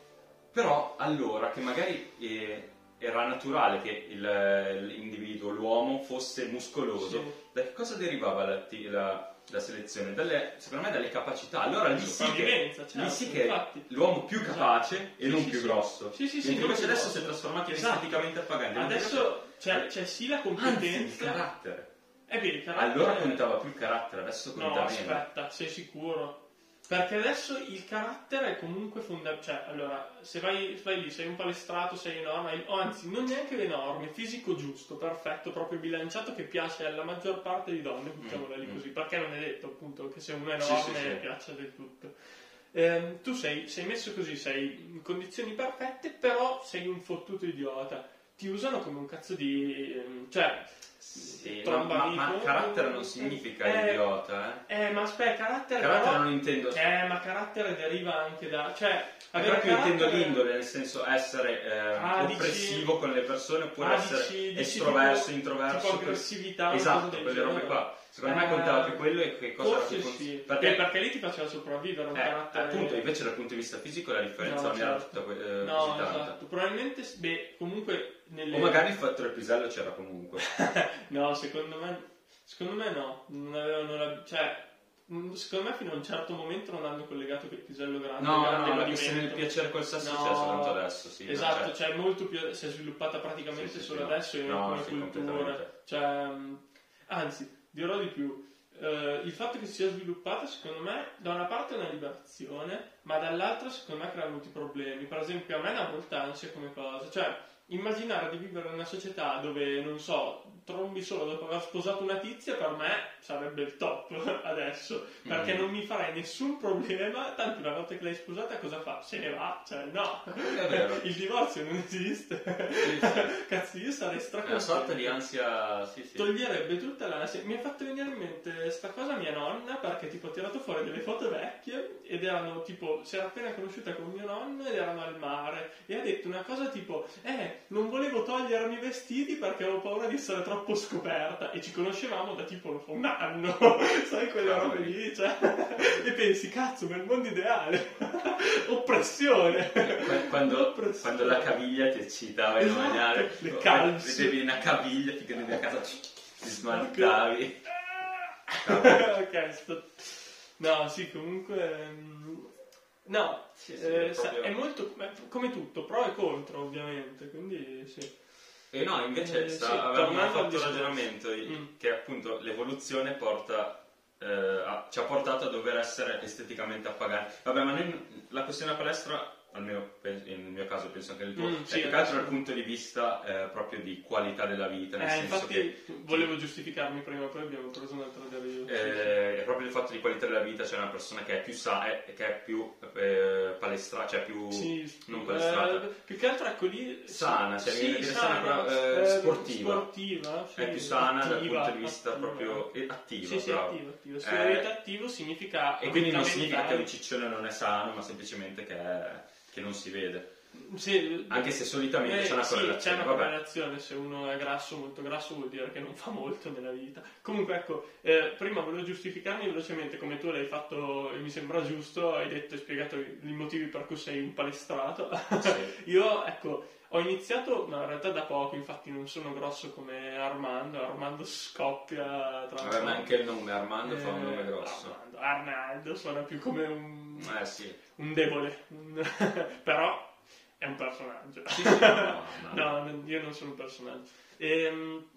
[SPEAKER 1] Però allora che magari eh, era naturale che il- l'individuo, l'uomo, fosse muscoloso,
[SPEAKER 2] Sì.
[SPEAKER 1] da che cosa derivava la, ti- la- da selezione, dalle- secondo me dalle capacità. Allora lì sì che,
[SPEAKER 2] Sopravvivenza,
[SPEAKER 1] lì
[SPEAKER 2] certo,
[SPEAKER 1] sì che è
[SPEAKER 2] infatti.
[SPEAKER 1] l'uomo più capace e
[SPEAKER 2] Sì,
[SPEAKER 1] non
[SPEAKER 2] sì,
[SPEAKER 1] più
[SPEAKER 2] sì.
[SPEAKER 1] grosso.
[SPEAKER 2] Sì, sì, sì,
[SPEAKER 1] Mentre
[SPEAKER 2] non
[SPEAKER 1] invece
[SPEAKER 2] più
[SPEAKER 1] adesso
[SPEAKER 2] grosso.
[SPEAKER 1] si è trasformato in
[SPEAKER 2] Esatto.
[SPEAKER 1] esteticamente appagante.
[SPEAKER 2] Adesso c'è, c'è sì la
[SPEAKER 1] Anzi, il
[SPEAKER 2] competenza.
[SPEAKER 1] carattere.
[SPEAKER 2] È vero, il carattere-
[SPEAKER 1] Allora contava più il carattere, adesso
[SPEAKER 2] No,
[SPEAKER 1] conta meno.
[SPEAKER 2] aspetta, sei sicuro? Perché adesso il carattere è comunque fondamentale. Cioè, allora, se vai, vai lì, sei un palestrato, sei enorme, o anzi, non neanche enorme, fisico giusto, perfetto, proprio bilanciato, che piace alla maggior parte di donne, buttiamola lì
[SPEAKER 1] mm.
[SPEAKER 2] così, perché non è detto appunto che se uno è
[SPEAKER 1] Sì,
[SPEAKER 2] enorme
[SPEAKER 1] sì, sì.
[SPEAKER 2] piaccia del tutto. Ehm, tu sei, sei messo così, sei in condizioni perfette, però sei un fottuto idiota. Ti usano come un cazzo di... ehm, cioè,
[SPEAKER 1] Sì, ma,
[SPEAKER 2] tromba
[SPEAKER 1] ma-
[SPEAKER 2] amico.
[SPEAKER 1] ma carattere non significa
[SPEAKER 2] Eh,
[SPEAKER 1] idiota, eh.
[SPEAKER 2] eh, ma aspetta, carattere...
[SPEAKER 1] Carattere
[SPEAKER 2] però-
[SPEAKER 1] non intendo.
[SPEAKER 2] eh, ma carattere deriva anche da. cioè.
[SPEAKER 1] Ma
[SPEAKER 2] avere
[SPEAKER 1] proprio intendo
[SPEAKER 2] carattere-
[SPEAKER 1] l'indole, nel senso essere eh,
[SPEAKER 2] Ah, dici-
[SPEAKER 1] oppressivo con le persone oppure
[SPEAKER 2] Ah,
[SPEAKER 1] essere
[SPEAKER 2] dici- dici
[SPEAKER 1] estroverso,
[SPEAKER 2] tipo-
[SPEAKER 1] introverso.
[SPEAKER 2] Tipo
[SPEAKER 1] quel-
[SPEAKER 2] aggressività. una cosa
[SPEAKER 1] Esatto,
[SPEAKER 2] del
[SPEAKER 1] quelle robe
[SPEAKER 2] genere.
[SPEAKER 1] qua. Secondo me
[SPEAKER 2] Eh,
[SPEAKER 1] contava più quello e che cosa era
[SPEAKER 2] Forse
[SPEAKER 1] più con-
[SPEAKER 2] sì. Eh, Perché...
[SPEAKER 1] Perché,
[SPEAKER 2] lì ti faceva sopravvivere un
[SPEAKER 1] eh,
[SPEAKER 2] carattere.
[SPEAKER 1] appunto, invece dal punto di vista fisico la differenza
[SPEAKER 2] No,
[SPEAKER 1] non era
[SPEAKER 2] certo.
[SPEAKER 1] tutta que- eh,
[SPEAKER 2] No,
[SPEAKER 1] così tanta.
[SPEAKER 2] esatto. Probabilmente. s- Beh, comunque. Nelle...
[SPEAKER 1] O magari il fattore pisello c'era comunque.
[SPEAKER 2] No, secondo me. Secondo me no. Non avevano la. cioè. mh, Secondo me fino a un certo momento non hanno collegato che il pisello grande
[SPEAKER 1] No,
[SPEAKER 2] grande
[SPEAKER 1] no, la
[SPEAKER 2] godimento.
[SPEAKER 1] questione del piacere col sesso
[SPEAKER 2] No.
[SPEAKER 1] c'è soltanto adesso, sì. no,
[SPEAKER 2] esatto,
[SPEAKER 1] cioè,
[SPEAKER 2] cioè, molto più, si è sviluppata praticamente
[SPEAKER 1] Sì, sì,
[SPEAKER 2] solo
[SPEAKER 1] sì, no.
[SPEAKER 2] adesso in
[SPEAKER 1] No,
[SPEAKER 2] alcune
[SPEAKER 1] sì,
[SPEAKER 2] culture.
[SPEAKER 1] completamente.
[SPEAKER 2] Cioè, mh, anzi, dirò di più. Eh, il fatto che si sia sviluppata, secondo me, da una parte è una liberazione, ma dall'altra, secondo me, crea molti problemi. Per esempio, a me dà molta ansia come cosa. Cioè, immaginare di vivere in una società dove, non so, trombi solo dopo aver sposato una tizia, per me sarebbe il top adesso, perché
[SPEAKER 1] Mm.
[SPEAKER 2] non mi farei nessun problema, tanto una volta che l'hai sposata cosa fa? Se ne va, cioè no,
[SPEAKER 1] È vero.
[SPEAKER 2] il divorzio non esiste,
[SPEAKER 1] Sì, sì.
[SPEAKER 2] cazzo io sarei
[SPEAKER 1] È una sorta di
[SPEAKER 2] stracontento.
[SPEAKER 1] ansia, sì, sì.
[SPEAKER 2] Toglierebbe tutta l'ansia. Mi ha fatto venire in mente sta cosa mia nonna perché tipo ha tirato fuori delle foto vecchie ed erano tipo, si era appena conosciuta con mio nonno ed erano al mare e ha detto una cosa tipo, eh, non volevo togliermi i vestiti perché avevo paura di essere troppo scoperta e ci conoscevamo da tipo un anno, sai quelle
[SPEAKER 1] Cavoli.
[SPEAKER 2] robe lì, cioè, e pensi, cazzo, ma è il mondo ideale, oppressione.
[SPEAKER 1] Qu- Quando,
[SPEAKER 2] Oppressione.
[SPEAKER 1] quando la caviglia ti eccitava in
[SPEAKER 2] Esatto,
[SPEAKER 1] maniera
[SPEAKER 2] le calze.
[SPEAKER 1] vedevi una caviglia finché andavi a casa ti smaltavi
[SPEAKER 2] Ah! ok, sto- No, sì, comunque... mm, No,
[SPEAKER 1] Sì, sì,
[SPEAKER 2] eh,
[SPEAKER 1] è
[SPEAKER 2] sa-
[SPEAKER 1] proprio-
[SPEAKER 2] è molto come, come tutto, pro e contro ovviamente, quindi sì.
[SPEAKER 1] e no invece
[SPEAKER 2] Eh,
[SPEAKER 1] sta-
[SPEAKER 2] sì,
[SPEAKER 1] avevamo
[SPEAKER 2] tornando al
[SPEAKER 1] fatto il
[SPEAKER 2] discorso.
[SPEAKER 1] ragionamento i-
[SPEAKER 2] Mm.
[SPEAKER 1] che appunto l'evoluzione porta eh, a- ci ha portato a dover essere esteticamente appaganti vabbè ma noi, la questione della palestra almeno pe- nel mio caso penso anche nel tuo
[SPEAKER 2] Mm,
[SPEAKER 1] è
[SPEAKER 2] sì,
[SPEAKER 1] più che altro
[SPEAKER 2] sì.
[SPEAKER 1] dal punto di vista eh, proprio di qualità della vita nel
[SPEAKER 2] Eh,
[SPEAKER 1] senso
[SPEAKER 2] infatti
[SPEAKER 1] che
[SPEAKER 2] volevo giustificarmi prima, poi abbiamo preso un'altra deriva.
[SPEAKER 1] Eh, è proprio il fatto di qualità della vita, cioè una persona che è più sa e che è più eh, palestrata, cioè più
[SPEAKER 2] Sì, sì.
[SPEAKER 1] non palestrata.
[SPEAKER 2] Eh, più che altro ecco lì...
[SPEAKER 1] Sana, cioè, mi viene
[SPEAKER 2] sì,
[SPEAKER 1] da dire
[SPEAKER 2] sana,
[SPEAKER 1] sana, però, eh,
[SPEAKER 2] eh,
[SPEAKER 1] sportiva.
[SPEAKER 2] sportiva, sì,
[SPEAKER 1] è più sana dal
[SPEAKER 2] attiva,
[SPEAKER 1] punto di vista
[SPEAKER 2] attiva.
[SPEAKER 1] proprio e attiva.
[SPEAKER 2] Sì, sì,
[SPEAKER 1] bravo.
[SPEAKER 2] attivo, attivo. Se
[SPEAKER 1] Eh,
[SPEAKER 2] diventa attivo significa...
[SPEAKER 1] E quindi non
[SPEAKER 2] abilità
[SPEAKER 1] significa che
[SPEAKER 2] mentale.
[SPEAKER 1] un ciccione non è sano, ma semplicemente che, è- che non si vede.
[SPEAKER 2] Sì,
[SPEAKER 1] Anche se solitamente
[SPEAKER 2] Eh,
[SPEAKER 1] c'è una
[SPEAKER 2] sì, c'è
[SPEAKER 1] correlazione.
[SPEAKER 2] una
[SPEAKER 1] vabbè.
[SPEAKER 2] correlazione, se uno è grasso, molto grasso vuol dire che non fa molto nella vita. Comunque ecco, eh, prima volevo giustificarmi velocemente come tu l'hai fatto e mi sembra giusto, hai detto e spiegato i i motivi per cui sei un palestrato.
[SPEAKER 1] Sì.
[SPEAKER 2] Io ecco, ho iniziato, ma in realtà da poco, infatti non sono grosso come Armando, Armando scoppia tra
[SPEAKER 1] Vabbè, ma anche il nome Armando fa un
[SPEAKER 2] Eh,
[SPEAKER 1] nome grosso.
[SPEAKER 2] Armando, Armando suona più come un,
[SPEAKER 1] Eh sì.
[SPEAKER 2] un debole, un- però è un personaggio.
[SPEAKER 1] Sì, sì, no, no, no.
[SPEAKER 2] No, non- io non sono un personaggio. Ehm,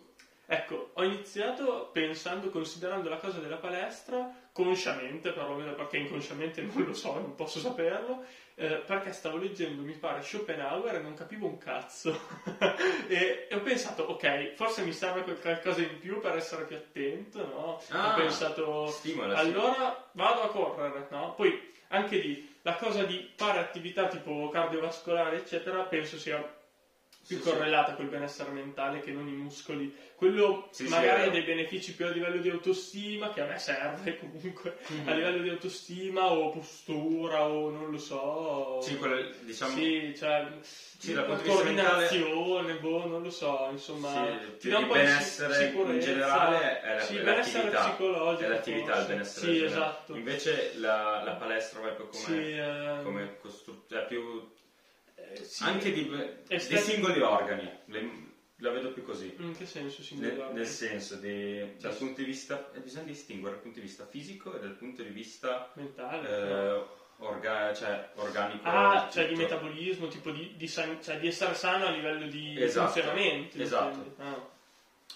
[SPEAKER 2] ecco, ho iniziato pensando, considerando la cosa della palestra, consciamente, perlomeno perché inconsciamente non lo so, non posso saperlo, eh, perché stavo leggendo, mi pare, Schopenhauer e non capivo un cazzo. e, e ho pensato, ok, forse mi serve quel qualcosa in più per essere più attento, no?
[SPEAKER 1] Ah,
[SPEAKER 2] ho pensato,
[SPEAKER 1] stimola, sì.
[SPEAKER 2] allora vado a correre, no? Poi anche lì la cosa di fare attività tipo cardiovascolare, eccetera, penso sia più
[SPEAKER 1] Sì, sì.
[SPEAKER 2] correlata col benessere mentale che non i muscoli. Quello
[SPEAKER 1] Sì, sì, è
[SPEAKER 2] magari
[SPEAKER 1] vero.
[SPEAKER 2] ha dei benefici più a livello di autostima, che a me serve comunque,
[SPEAKER 1] Mhm.
[SPEAKER 2] a livello di autostima o postura o non lo so.
[SPEAKER 1] Sì, quello- diciamo,
[SPEAKER 2] Sì, cioè,
[SPEAKER 1] Sì, dal punto di vista mentale-
[SPEAKER 2] coordinazione, boh, non lo so, insomma,
[SPEAKER 1] Sì,
[SPEAKER 2] ti dà un
[SPEAKER 1] il
[SPEAKER 2] po' di
[SPEAKER 1] benessere in
[SPEAKER 2] sicurezza.
[SPEAKER 1] generale è la-
[SPEAKER 2] sì,
[SPEAKER 1] è
[SPEAKER 2] benessere
[SPEAKER 1] l'attività,
[SPEAKER 2] psicologico.
[SPEAKER 1] è l'attività, il
[SPEAKER 2] forse.
[SPEAKER 1] benessere
[SPEAKER 2] Sì,
[SPEAKER 1] in generale.
[SPEAKER 2] esatto.
[SPEAKER 1] Invece la, la palestra va proprio
[SPEAKER 2] Sì,
[SPEAKER 1] come,
[SPEAKER 2] ehm,
[SPEAKER 1] come costru- cioè più
[SPEAKER 2] eh, sì.
[SPEAKER 1] anche di, dei
[SPEAKER 2] Estetica.
[SPEAKER 1] singoli organi. Le- la vedo più così.
[SPEAKER 2] In che senso
[SPEAKER 1] Nel,
[SPEAKER 2] singolare?
[SPEAKER 1] nel senso, di, dal punto di vista, eh, bisogna distinguere dal punto di vista fisico e dal punto di vista
[SPEAKER 2] Mentale? Ah, no?
[SPEAKER 1] eh, orga- cioè, organico.
[SPEAKER 2] Ah,
[SPEAKER 1] del
[SPEAKER 2] cioè di
[SPEAKER 1] tutto.
[SPEAKER 2] metabolismo, tipo di, di san- cioè di essere sano a livello di
[SPEAKER 1] Esatto,
[SPEAKER 2] funzionamento.
[SPEAKER 1] esatto.
[SPEAKER 2] intendi? Ah.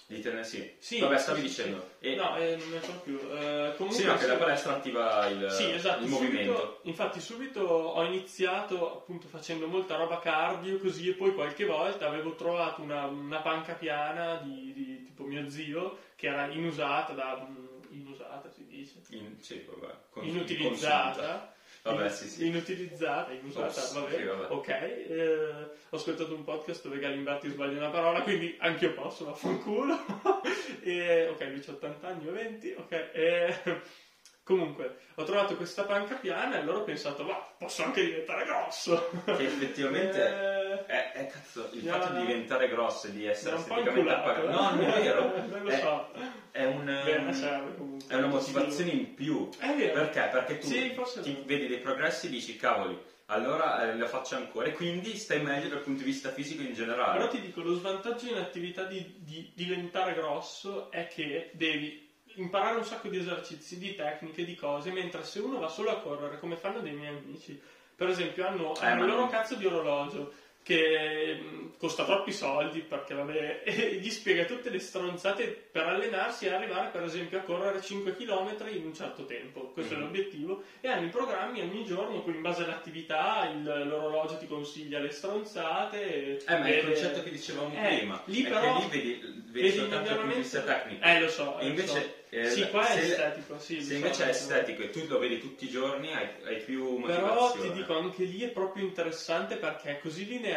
[SPEAKER 1] Di tenere- sì.
[SPEAKER 2] Sì,
[SPEAKER 1] Vabbè, stavi
[SPEAKER 2] sì,
[SPEAKER 1] dicendo.
[SPEAKER 2] sì.
[SPEAKER 1] E-
[SPEAKER 2] No, eh, non ne so più. Eh, comunque,
[SPEAKER 1] sì, ma che
[SPEAKER 2] sì.
[SPEAKER 1] la palestra attiva il,
[SPEAKER 2] Sì, esatto,
[SPEAKER 1] eh, il
[SPEAKER 2] subito-
[SPEAKER 1] movimento.
[SPEAKER 2] infatti subito ho iniziato appunto facendo molta roba cardio così e poi qualche volta avevo trovato una, una panca piana di, di tipo mio zio che era inusata da... mm, inusata si dice?
[SPEAKER 1] In- sì, vabbè, con- consunta.
[SPEAKER 2] Inutilizzata.
[SPEAKER 1] Vabbè,
[SPEAKER 2] In-
[SPEAKER 1] sì, sì.
[SPEAKER 2] Inutilizzata, inusata,
[SPEAKER 1] Ops,
[SPEAKER 2] vabbè.
[SPEAKER 1] sì, vabbè.
[SPEAKER 2] Ok, eh, ho ascoltato un podcast dove Galimberti sbaglia una parola, quindi anche io posso, vaffanculo. e, ok, lui c'ha 80 anni, io 20, ok. e- comunque, ho trovato questa panca piana e allora ho pensato, ma posso anche diventare grosso.
[SPEAKER 1] Che effettivamente
[SPEAKER 2] Eh,
[SPEAKER 1] è, è cazzo, il
[SPEAKER 2] No,
[SPEAKER 1] fatto
[SPEAKER 2] no.
[SPEAKER 1] di diventare grosse, di essere
[SPEAKER 2] era un po'
[SPEAKER 1] esteticamente
[SPEAKER 2] inculato. eh.
[SPEAKER 1] appagati. No, non è vero.
[SPEAKER 2] non lo
[SPEAKER 1] È-
[SPEAKER 2] so.
[SPEAKER 1] È, un, ehm,
[SPEAKER 2] Beh, ma serve comunque.
[SPEAKER 1] è una motivazione in più.
[SPEAKER 2] È vero.
[SPEAKER 1] Perché? Perché tu
[SPEAKER 2] Sì, forse
[SPEAKER 1] ti
[SPEAKER 2] no.
[SPEAKER 1] vedi dei progressi e dici, cavoli, allora eh, la faccio ancora. E quindi stai meglio dal punto di vista fisico in generale.
[SPEAKER 2] Però ti dico, lo svantaggio in attività di, di diventare grosso è che devi imparare un sacco di esercizi, di tecniche, di cose, mentre se uno va solo a correre, come fanno dei miei amici, per esempio hanno,
[SPEAKER 1] Eh,
[SPEAKER 2] hanno
[SPEAKER 1] ma
[SPEAKER 2] il loro
[SPEAKER 1] non-
[SPEAKER 2] cazzo di orologio che mh, costa troppi soldi perché vabbè, e gli spiega tutte le stronzate per allenarsi e arrivare per esempio a correre 5 km in un certo tempo, questo è
[SPEAKER 1] Mhm.
[SPEAKER 2] l'obiettivo, e hanno i programmi ogni giorno, poi in base all'attività il- l'orologio ti consiglia le stronzate. e-
[SPEAKER 1] Eh, ma è
[SPEAKER 2] e-
[SPEAKER 1] il concetto che dicevamo
[SPEAKER 2] eh,
[SPEAKER 1] prima.
[SPEAKER 2] lì
[SPEAKER 1] è
[SPEAKER 2] però
[SPEAKER 1] che lì vedi, vedi
[SPEAKER 2] vedi
[SPEAKER 1] soltanto dal punto di
[SPEAKER 2] miglioramento-
[SPEAKER 1] vista tecnico.
[SPEAKER 2] Eh, lo so.
[SPEAKER 1] E
[SPEAKER 2] lo
[SPEAKER 1] invece,
[SPEAKER 2] so.
[SPEAKER 1] eh,
[SPEAKER 2] sì, qua è
[SPEAKER 1] se-
[SPEAKER 2] estetico. Sì,
[SPEAKER 1] Se
[SPEAKER 2] lo
[SPEAKER 1] invece
[SPEAKER 2] so,
[SPEAKER 1] è
[SPEAKER 2] lo so.
[SPEAKER 1] estetico e tu lo vedi tutti i giorni, hai, hai più motivazione.
[SPEAKER 2] Però ti dico, anche lì è proprio interessante perché è così lineare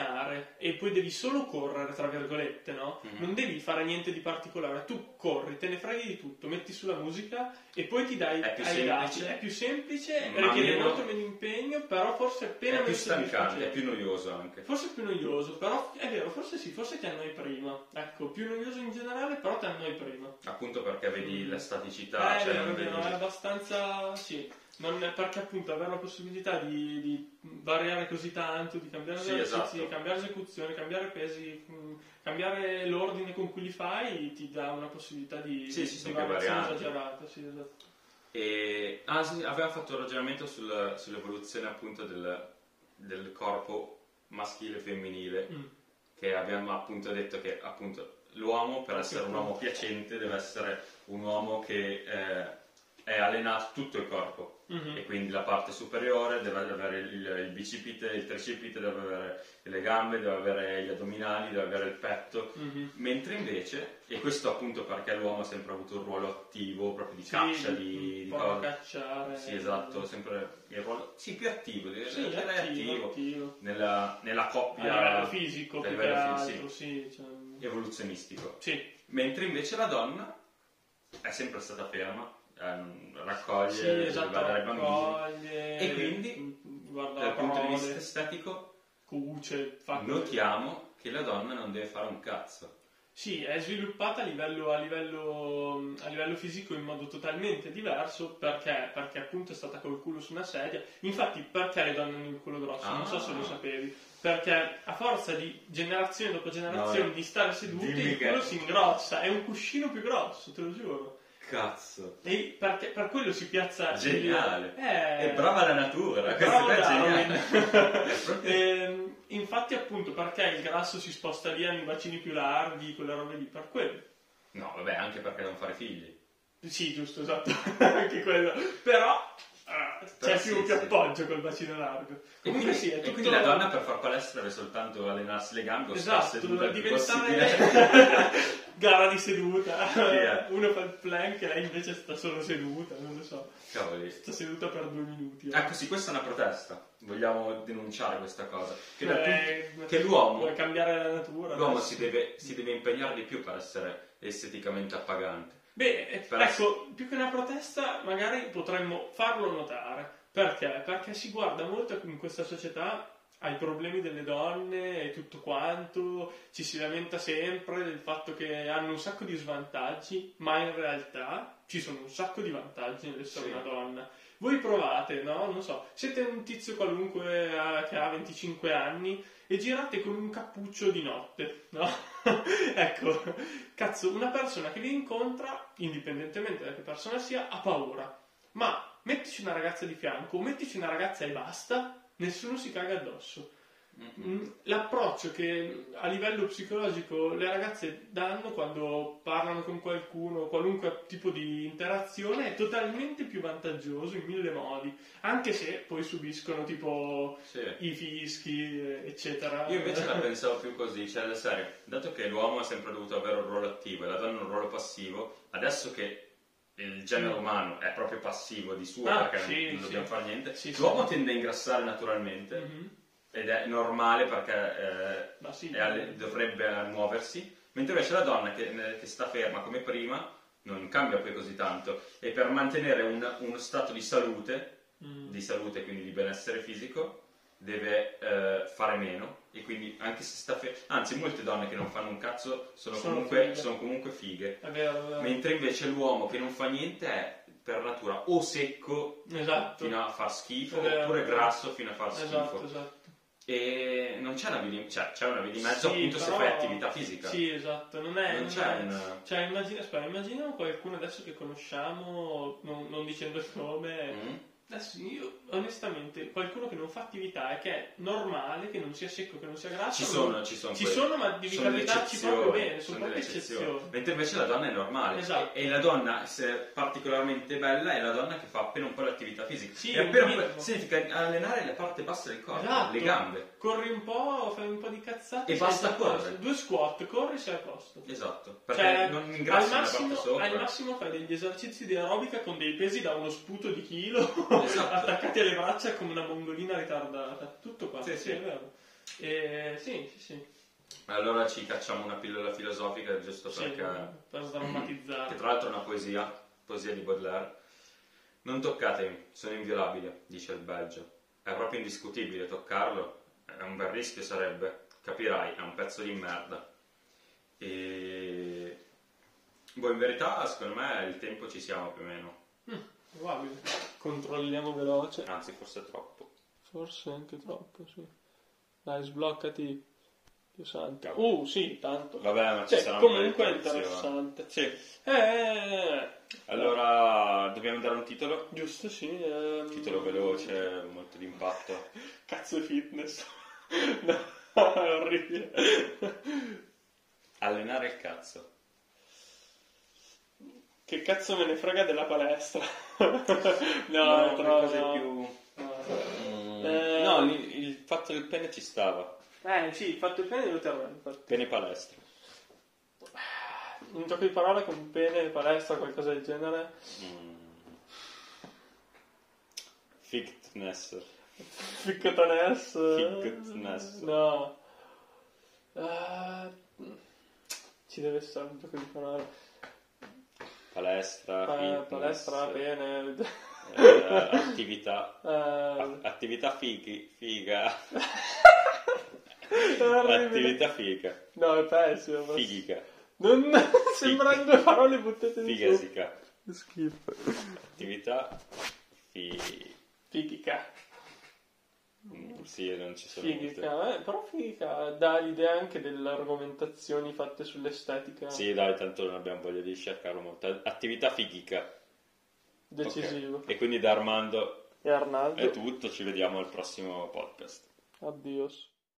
[SPEAKER 2] e poi devi solo correre, tra virgolette, no?
[SPEAKER 1] Mhm.
[SPEAKER 2] Non devi fare niente di particolare. Tu corri, te ne freghi di tutto, metti sulla musica e poi ti dai
[SPEAKER 1] È più
[SPEAKER 2] ai dati.
[SPEAKER 1] semplice.
[SPEAKER 2] È più semplice,
[SPEAKER 1] Ma
[SPEAKER 2] richiede
[SPEAKER 1] meno-
[SPEAKER 2] molto meno impegno, però forse è appena
[SPEAKER 1] è più
[SPEAKER 2] meno
[SPEAKER 1] stancante,
[SPEAKER 2] soddisfacente.
[SPEAKER 1] è più noioso anche.
[SPEAKER 2] Forse è più noioso, però è vero, forse sì, forse ti annoi prima. Ecco, più noioso in generale, però ti annoi prima.
[SPEAKER 1] Appunto perché vedi la staticità,
[SPEAKER 2] Eh,
[SPEAKER 1] cioè
[SPEAKER 2] vero,
[SPEAKER 1] non
[SPEAKER 2] vero,
[SPEAKER 1] vedi-
[SPEAKER 2] è abbastanza. Sì. Non- perché appunto avere la possibilità di, di variare così tanto, di cambiare
[SPEAKER 1] Sì,
[SPEAKER 2] esercizi,
[SPEAKER 1] esatto.
[SPEAKER 2] cambiare esecuzione, cambiare pesi, mh, cambiare l'ordine con cui li fai, ti dà una possibilità di,
[SPEAKER 1] Sì,
[SPEAKER 2] di-
[SPEAKER 1] ci
[SPEAKER 2] di
[SPEAKER 1] sono più
[SPEAKER 2] variazione
[SPEAKER 1] varianti.
[SPEAKER 2] esagerata. Sì, esatto.
[SPEAKER 1] E, ah, sì, aveva fatto il ragionamento sul- sull'evoluzione appunto del, del corpo maschile e femminile,
[SPEAKER 2] Mm.
[SPEAKER 1] che abbiamo appunto detto che appunto l'uomo per essere un uomo piacente deve essere un uomo che eh, è allenato tutto il corpo.
[SPEAKER 2] Mhm.
[SPEAKER 1] e quindi la parte superiore deve avere il, il bicipite, il tricipite, deve avere le gambe, deve avere gli addominali, deve avere il petto.
[SPEAKER 2] Mhm.
[SPEAKER 1] Mentre invece, e questo appunto perché l'uomo ha sempre avuto un ruolo attivo, proprio di
[SPEAKER 2] Sì, mm,
[SPEAKER 1] caccia, di,
[SPEAKER 2] un
[SPEAKER 1] di
[SPEAKER 2] po'
[SPEAKER 1] cosa.
[SPEAKER 2] cacciare.
[SPEAKER 1] Sì, esatto, sempre il ruolo, sì, più attivo, direi
[SPEAKER 2] Sì,
[SPEAKER 1] direi
[SPEAKER 2] attivo, attivo.
[SPEAKER 1] Nella, nella
[SPEAKER 2] A
[SPEAKER 1] coppia
[SPEAKER 2] livello fisico,
[SPEAKER 1] a
[SPEAKER 2] più che
[SPEAKER 1] livello fi- sì.
[SPEAKER 2] altro, sì. cioè-
[SPEAKER 1] evoluzionistico.
[SPEAKER 2] sì.
[SPEAKER 1] Mentre invece la donna è sempre stata ferma, ehm, raccoglie,
[SPEAKER 2] Sì, esatto,
[SPEAKER 1] va dai bambini.
[SPEAKER 2] raccoglie,
[SPEAKER 1] E quindi,
[SPEAKER 2] guarda
[SPEAKER 1] Dal punto di
[SPEAKER 2] parole,
[SPEAKER 1] vista estetico
[SPEAKER 2] cuce, fa
[SPEAKER 1] Notiamo che la donna non deve fare un cazzo.
[SPEAKER 2] Sì, è sviluppata a livello, a livello- a livello fisico in modo totalmente diverso perché, perché appunto è stata col culo su una sedia. Infatti, perché le donne hanno il culo grosso? Non so se lo
[SPEAKER 1] Ah.
[SPEAKER 2] sapevi. Perché a forza di generazione dopo generazione
[SPEAKER 1] No,
[SPEAKER 2] di stare seduti,
[SPEAKER 1] dimmi
[SPEAKER 2] il
[SPEAKER 1] che-
[SPEAKER 2] culo si ingrossa. È un cuscino più grosso, te lo giuro.
[SPEAKER 1] Cazzo.
[SPEAKER 2] E perché- per quello si piazza.
[SPEAKER 1] Geniale.
[SPEAKER 2] Eh,
[SPEAKER 1] È brava la natura, questo
[SPEAKER 2] Bravo
[SPEAKER 1] qua è
[SPEAKER 2] Darwin.
[SPEAKER 1] geniale. È proprio-
[SPEAKER 2] Ehm, infatti, appunto, perché il grasso si sposta lì hanno i bacini più larghi, quelle robe lì, per quello.
[SPEAKER 1] No, vabbè, anche perché non fare figli.
[SPEAKER 2] Sì, giusto, esatto, anche quello. Però ah, c'è
[SPEAKER 1] Però
[SPEAKER 2] più,
[SPEAKER 1] sì,
[SPEAKER 2] più
[SPEAKER 1] sì.
[SPEAKER 2] appoggio col bacino largo. Comunque
[SPEAKER 1] e quindi,
[SPEAKER 2] sì, è
[SPEAKER 1] e
[SPEAKER 2] tutto...
[SPEAKER 1] quindi la donna per far palestra deve soltanto allenarsi le gambe o
[SPEAKER 2] Esatto,
[SPEAKER 1] stare seduta il più possibile.
[SPEAKER 2] diventare gara di seduta.
[SPEAKER 1] eh.
[SPEAKER 2] Uno fa il plank e lei invece sta solo seduta, non lo so.
[SPEAKER 1] Cavoli.
[SPEAKER 2] Sta seduta per due minuti. eh.
[SPEAKER 1] Ecco sì, questa è una protesta. Vogliamo denunciare questa cosa. Che, dal punto-
[SPEAKER 2] Eh,
[SPEAKER 1] che l'uomo,
[SPEAKER 2] Vuoi cambiare la natura? eh,
[SPEAKER 1] l'uomo
[SPEAKER 2] adesso?
[SPEAKER 1] si, deve, si deve impegnare di più per essere esteticamente appagante.
[SPEAKER 2] Beh, eh,
[SPEAKER 1] Per
[SPEAKER 2] ecco, più che una protesta, magari potremmo farlo notare. Perché? Perché si guarda molto in questa società ai problemi delle donne e tutto quanto, ci si lamenta sempre del fatto che hanno un sacco di svantaggi, ma in realtà ci sono un sacco di vantaggi nell'essere
[SPEAKER 1] Sì.
[SPEAKER 2] una donna. Voi provate, no? Non so, siete un tizio qualunque ah, che ha 25 anni e girate con un cappuccio di notte, no? ecco, cazzo, una persona che vi incontra, indipendentemente da che persona sia, ha paura. Ma mettici una ragazza di fianco, o mettici una ragazza e basta, nessuno si caga addosso. Mm, L'approccio che a livello psicologico le ragazze danno quando parlano con qualcuno, qualunque tipo di interazione, è totalmente più vantaggioso in mille modi, anche se poi subiscono tipo
[SPEAKER 1] Sì.
[SPEAKER 2] i fischi, eh, eccetera.
[SPEAKER 1] Io invece la pensavo più così, cioè del serio, dato che l'uomo ha sempre dovuto avere un ruolo attivo e la donna un ruolo passivo, adesso che il genere umano è proprio passivo di suo
[SPEAKER 2] Mm. Ah,
[SPEAKER 1] perché
[SPEAKER 2] sì,
[SPEAKER 1] non
[SPEAKER 2] sì.
[SPEAKER 1] dobbiamo fare niente,
[SPEAKER 2] Sì, sì.
[SPEAKER 1] l'uomo tende a ingrassare naturalmente
[SPEAKER 2] Mhm.
[SPEAKER 1] ed è normale perché
[SPEAKER 2] Ma sì.
[SPEAKER 1] eh, è alle- dovrebbe eh, muoversi, mentre invece la donna che, che sta ferma come prima non cambia poi così tanto e per mantenere un- uno stato di salute
[SPEAKER 2] Mm.
[SPEAKER 1] di salute, quindi di benessere fisico, deve eh, fare meno e quindi anche se sta fe- anzi molte donne che non fanno un cazzo sono,
[SPEAKER 2] Sono
[SPEAKER 1] comunque,
[SPEAKER 2] fighe.
[SPEAKER 1] sono comunque fighe,
[SPEAKER 2] È vero, è vero.
[SPEAKER 1] mentre invece l'uomo che non fa niente è per natura o secco
[SPEAKER 2] Esatto.
[SPEAKER 1] fino a far schifo
[SPEAKER 2] È vero.
[SPEAKER 1] oppure grasso fino a far schifo
[SPEAKER 2] Esatto, esatto.
[SPEAKER 1] e non c'è una via di, cioè, c'è una via di mezzo
[SPEAKER 2] Sì,
[SPEAKER 1] appunto se
[SPEAKER 2] però-
[SPEAKER 1] fai attività fisica
[SPEAKER 2] Sì, esatto, non è...
[SPEAKER 1] Non
[SPEAKER 2] non
[SPEAKER 1] c'è
[SPEAKER 2] è-
[SPEAKER 1] un-
[SPEAKER 2] Cioè, immagina, aspetta, immagina qualcuno adesso che conosciamo, non, non dicendo il nome,
[SPEAKER 1] Mm?
[SPEAKER 2] Adesso io onestamente qualcuno che non fa attività e che è normale, che non sia secco, che non sia grasso.
[SPEAKER 1] ci sono ci sono
[SPEAKER 2] ci
[SPEAKER 1] quelle-
[SPEAKER 2] sono, ma devi
[SPEAKER 1] sono delle
[SPEAKER 2] capitarci
[SPEAKER 1] eccezioni,
[SPEAKER 2] proprio bene, sono,
[SPEAKER 1] sono delle
[SPEAKER 2] proprio eccezioni.
[SPEAKER 1] Mentre invece la donna è normale.
[SPEAKER 2] Esatto.
[SPEAKER 1] E, e la donna, se è particolarmente bella, è la donna che fa appena un po' di attività fisica.
[SPEAKER 2] Sì,
[SPEAKER 1] e appena
[SPEAKER 2] un
[SPEAKER 1] un po'-
[SPEAKER 2] minimo.
[SPEAKER 1] significa allenare la parte bassa del corpo,
[SPEAKER 2] Esatto.
[SPEAKER 1] le gambe.
[SPEAKER 2] Corri un po', fai un po' di cazzate.
[SPEAKER 1] E
[SPEAKER 2] sei
[SPEAKER 1] basta
[SPEAKER 2] a posto.
[SPEAKER 1] correre.
[SPEAKER 2] Due squat, corri sei a posto.
[SPEAKER 1] Esatto. Perché
[SPEAKER 2] Cioè,
[SPEAKER 1] non
[SPEAKER 2] al
[SPEAKER 1] ingrassi la parte
[SPEAKER 2] massimo,
[SPEAKER 1] sopra.
[SPEAKER 2] al massimo fai degli esercizi di aerobica con dei pesi da uno sputo di chilo
[SPEAKER 1] Esatto.
[SPEAKER 2] attaccati alle braccia come una mongolina ritardata. Tutto qua.
[SPEAKER 1] Sì, sì.
[SPEAKER 2] è vero. E, sì, sì, sì.
[SPEAKER 1] Allora ci cacciamo una pillola filosofica giusto
[SPEAKER 2] Sì,
[SPEAKER 1] perché...
[SPEAKER 2] per
[SPEAKER 1] Che
[SPEAKER 2] sdrammatizzare.
[SPEAKER 1] tra l'altro è una poesia, poesia di Baudelaire. Non toccatemi, sono inviolabile, dice il Belgio. È proprio indiscutibile toccarlo, è un bel rischio sarebbe, capirai, è un pezzo di merda. E... Boh, in verità, secondo me, il tempo ci siamo più o meno.
[SPEAKER 2] Mm, probabile. Controlliamo veloce.
[SPEAKER 1] Anzi, forse troppo.
[SPEAKER 2] Forse anche troppo, sì. Dai, sbloccati. Dio santo.
[SPEAKER 1] Cavolo.
[SPEAKER 2] Uh, sì, tanto.
[SPEAKER 1] Vabbè, ma
[SPEAKER 2] Cioè, comunque è interessante.
[SPEAKER 1] Sì.
[SPEAKER 2] Eh,
[SPEAKER 1] Allora, dobbiamo dare un titolo?
[SPEAKER 2] giusto, sì. ehm.
[SPEAKER 1] molto d'impatto.
[SPEAKER 2] Cazzo fitness. no, è orribile.
[SPEAKER 1] Allenare il cazzo.
[SPEAKER 2] Che cazzo me ne frega della palestra?
[SPEAKER 1] No,
[SPEAKER 2] no,
[SPEAKER 1] no,
[SPEAKER 2] però
[SPEAKER 1] cose
[SPEAKER 2] no.
[SPEAKER 1] più...
[SPEAKER 2] No.
[SPEAKER 1] Mm, No, il, il fatto del pene ci stava.
[SPEAKER 2] Eh, sì, fatto il pene devo terrò, infatti.
[SPEAKER 1] Pene palestra.
[SPEAKER 2] Un gioco di parole con pene, palestra, qualcosa del genere.
[SPEAKER 1] Mm. Fitness.
[SPEAKER 2] Ficcotanes.
[SPEAKER 1] Ficcotanes.
[SPEAKER 2] No. Ah, ci deve essere un gioco di parole.
[SPEAKER 1] Palestra.
[SPEAKER 2] Pa-
[SPEAKER 1] fitness,
[SPEAKER 2] palestra, bene.
[SPEAKER 1] eh, attività. a-
[SPEAKER 2] Eh,
[SPEAKER 1] attività fighi. Figa.
[SPEAKER 2] è orribile.
[SPEAKER 1] attività figa.
[SPEAKER 2] No, è pessimo. ma-
[SPEAKER 1] Figica.
[SPEAKER 2] Non sembrano due parole buttate di su.
[SPEAKER 1] Figasica.
[SPEAKER 2] Schifo.
[SPEAKER 1] Attività. Fi...
[SPEAKER 2] Fichica.
[SPEAKER 1] mm, Sì, non ci sono molte.
[SPEAKER 2] Fichica. Eh, però fichica dà l'idea anche delle argomentazioni fatte sull'estetica.
[SPEAKER 1] Sì, dai, tanto non abbiamo voglia di cercarlo molto. Attività fighica.
[SPEAKER 2] Decisivo.
[SPEAKER 1] Ok. E quindi da Armando
[SPEAKER 2] E Arnaldo.
[SPEAKER 1] è tutto, ci vediamo al prossimo podcast.
[SPEAKER 2] Addios.